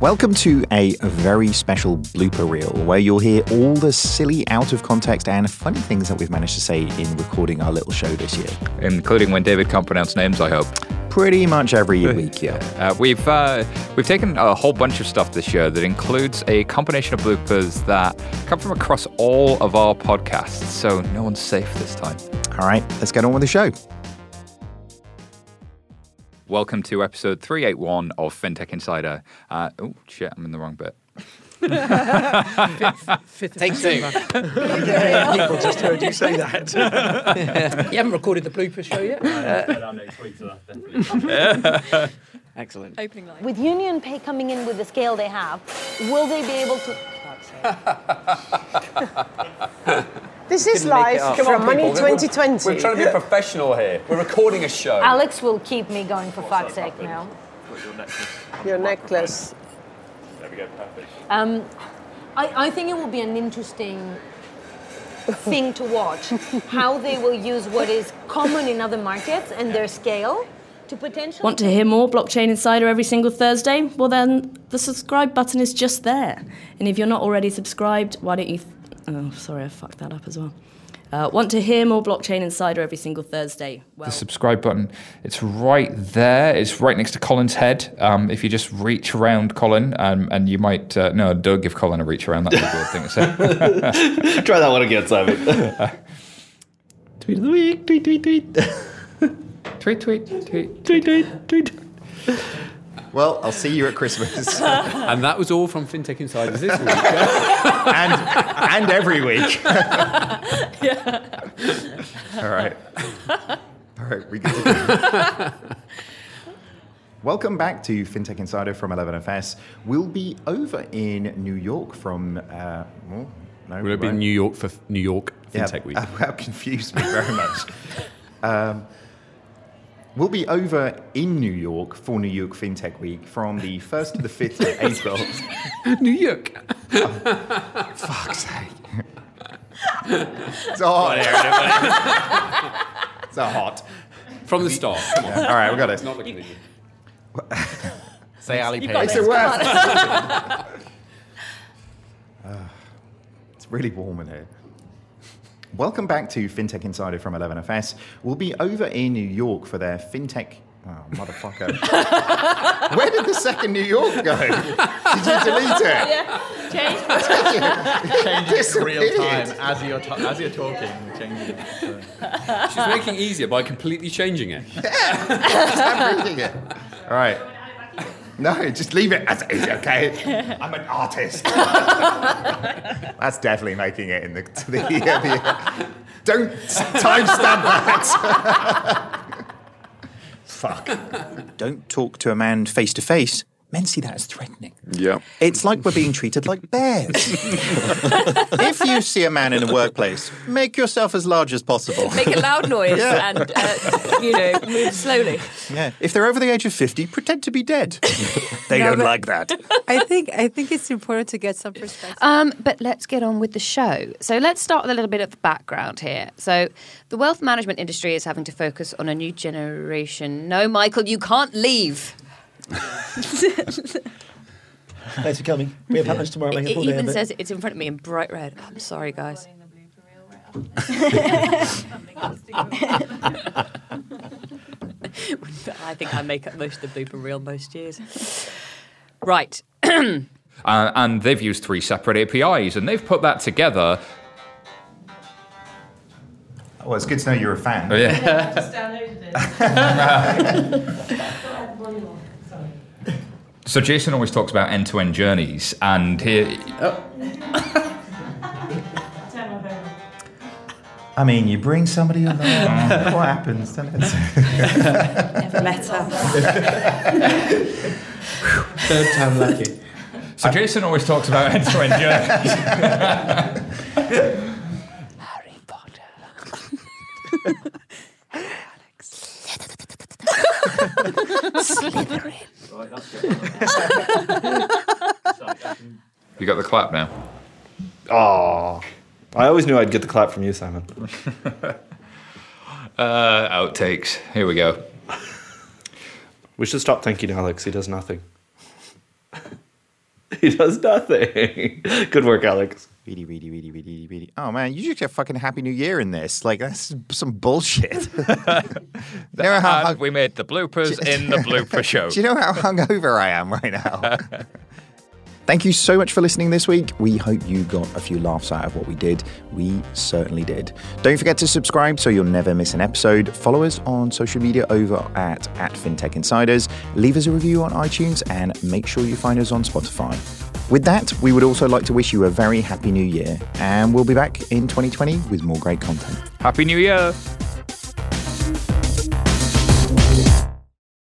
Welcome to a very special blooper reel where you'll hear all the silly, out of context, and funny things that we've managed to say in recording our little show this year. including when David can't pronounce names. I hope Pretty much every week, yeah. uh, we've uh, we've taken a whole bunch of stuff this year that includes a combination of bloopers that come from across all of our podcasts. So no one's safe this time. All right, let's get on with the show. Welcome to episode three eight one of FinTech Insider. Uh, oh shit, I'm in the wrong bit. Take two. you People just heard you say that. haven't recorded the blooper show yet. Uh, Excellent. opening line. With union pay coming in with the scale they have, will they be able to? This is live from Money 2020. We're trying to be professional here. We're recording a show. Alex will keep me going for fuck's sake now. Your necklace. I, I think it will be an interesting thing to watch how they will use what is common in other markets and their scale to potentially. Want to hear more Blockchain Insider every single Thursday? Well, then the subscribe button is just there. And if you're not already subscribed, why don't you? Th- oh, sorry, I fucked that up as well. Uh, want to hear more Blockchain Insider every single Thursday? Well, The subscribe button, it's right there. It's right next to Colin's head. Um, if you just reach around Colin, um, and you might uh, no, don't give Colin a reach around. That's a weird thing to say. Try that one again, Simon. tweet of the week. Tweet, tweet, tweet. tweet, tweet, tweet. tweet, tweet, tweet. Well, I'll see you at Christmas and that was all from FinTech Insiders this week. and and every week. All right. All right, we good to go. Welcome back to FinTech Insider from 11FS. We'll be over in New York from. Uh, well, no, Will it be right? New York for New York Yeah, FinTech Week? Uh, That, that confused me very much. um, we'll be over in New York for New York FinTech Week from the 1st to the 5th of April. New York. Fuck's sake. it's all hot, Aaron. it's all hot. From the start. Come on. All right, we got it. Not looking at you. Say Ali got Makes it this. worse. Ah, it's really warm in here. Welcome back to FinTech Insider from 11FS. We'll be over in New York for their FinTech. Oh, motherfucker. Where did the second New York go? Did you delete it? Yeah, change. Disappeared. as you're, ta- as you're talking, changing it. So. She's making it easier by completely changing it. I'm reading it. All right. No, just leave it as it is, okay? I'm an artist. That's definitely making it in the. To the, yeah, the- don't timestamp that. Fuck. Don't talk to a man face to face. Men see that as threatening. Yeah. It's like we're being treated like bears. if you see a man in a workplace, make yourself as large as possible. Make a loud noise Yeah. and uh, you know move slowly. Yeah. If they're over the age of 50, pretend to be dead. they don't like that. I think I think it's important to get some perspective. Um, but let's get on with the show. So let's start with a little bit of the background here. So the wealth management industry is having to focus on a new generation. No, Michael, you can't leave. Thanks for coming. We have happens tomorrow. It, even says it's in front of me in bright red. I'm sorry, guys. I think I make up most of the blooper reel most years. Right. Uh, and they've used three separate APIs and they've put that together. Well, it's good to know you're a fan. yeah. so Jason always talks about end-to-end journeys, and here I mean, you bring somebody along, what happens? Don't it? Never met her. Third time lucky. so Jason always talks about end-to-end journeys. Harry Potter. You got the clap now. Oh, I always knew I'd get the clap from you, Simon. Uh, outtakes. Here we go. We should stop thanking Alex. He does nothing. he does nothing. Good work, Alex. Really, really, really, really, really. Oh man, you just get fucking Happy New Year in this. Like that's some bullshit. You know how and we made the bloopers in the blooper show. Do you know how hungover I am right now? Thank you so much for listening this week. We hope you got a few laughs out of what we did. We certainly did. Don't forget to subscribe so you'll never miss an episode. Follow us on social media over at, at FinTech Insiders. Leave us a review on iTunes and make sure you find us on Spotify. With that, we would also like to wish you a very happy new year, and we'll be back in 2020 with more great content. Happy New Year!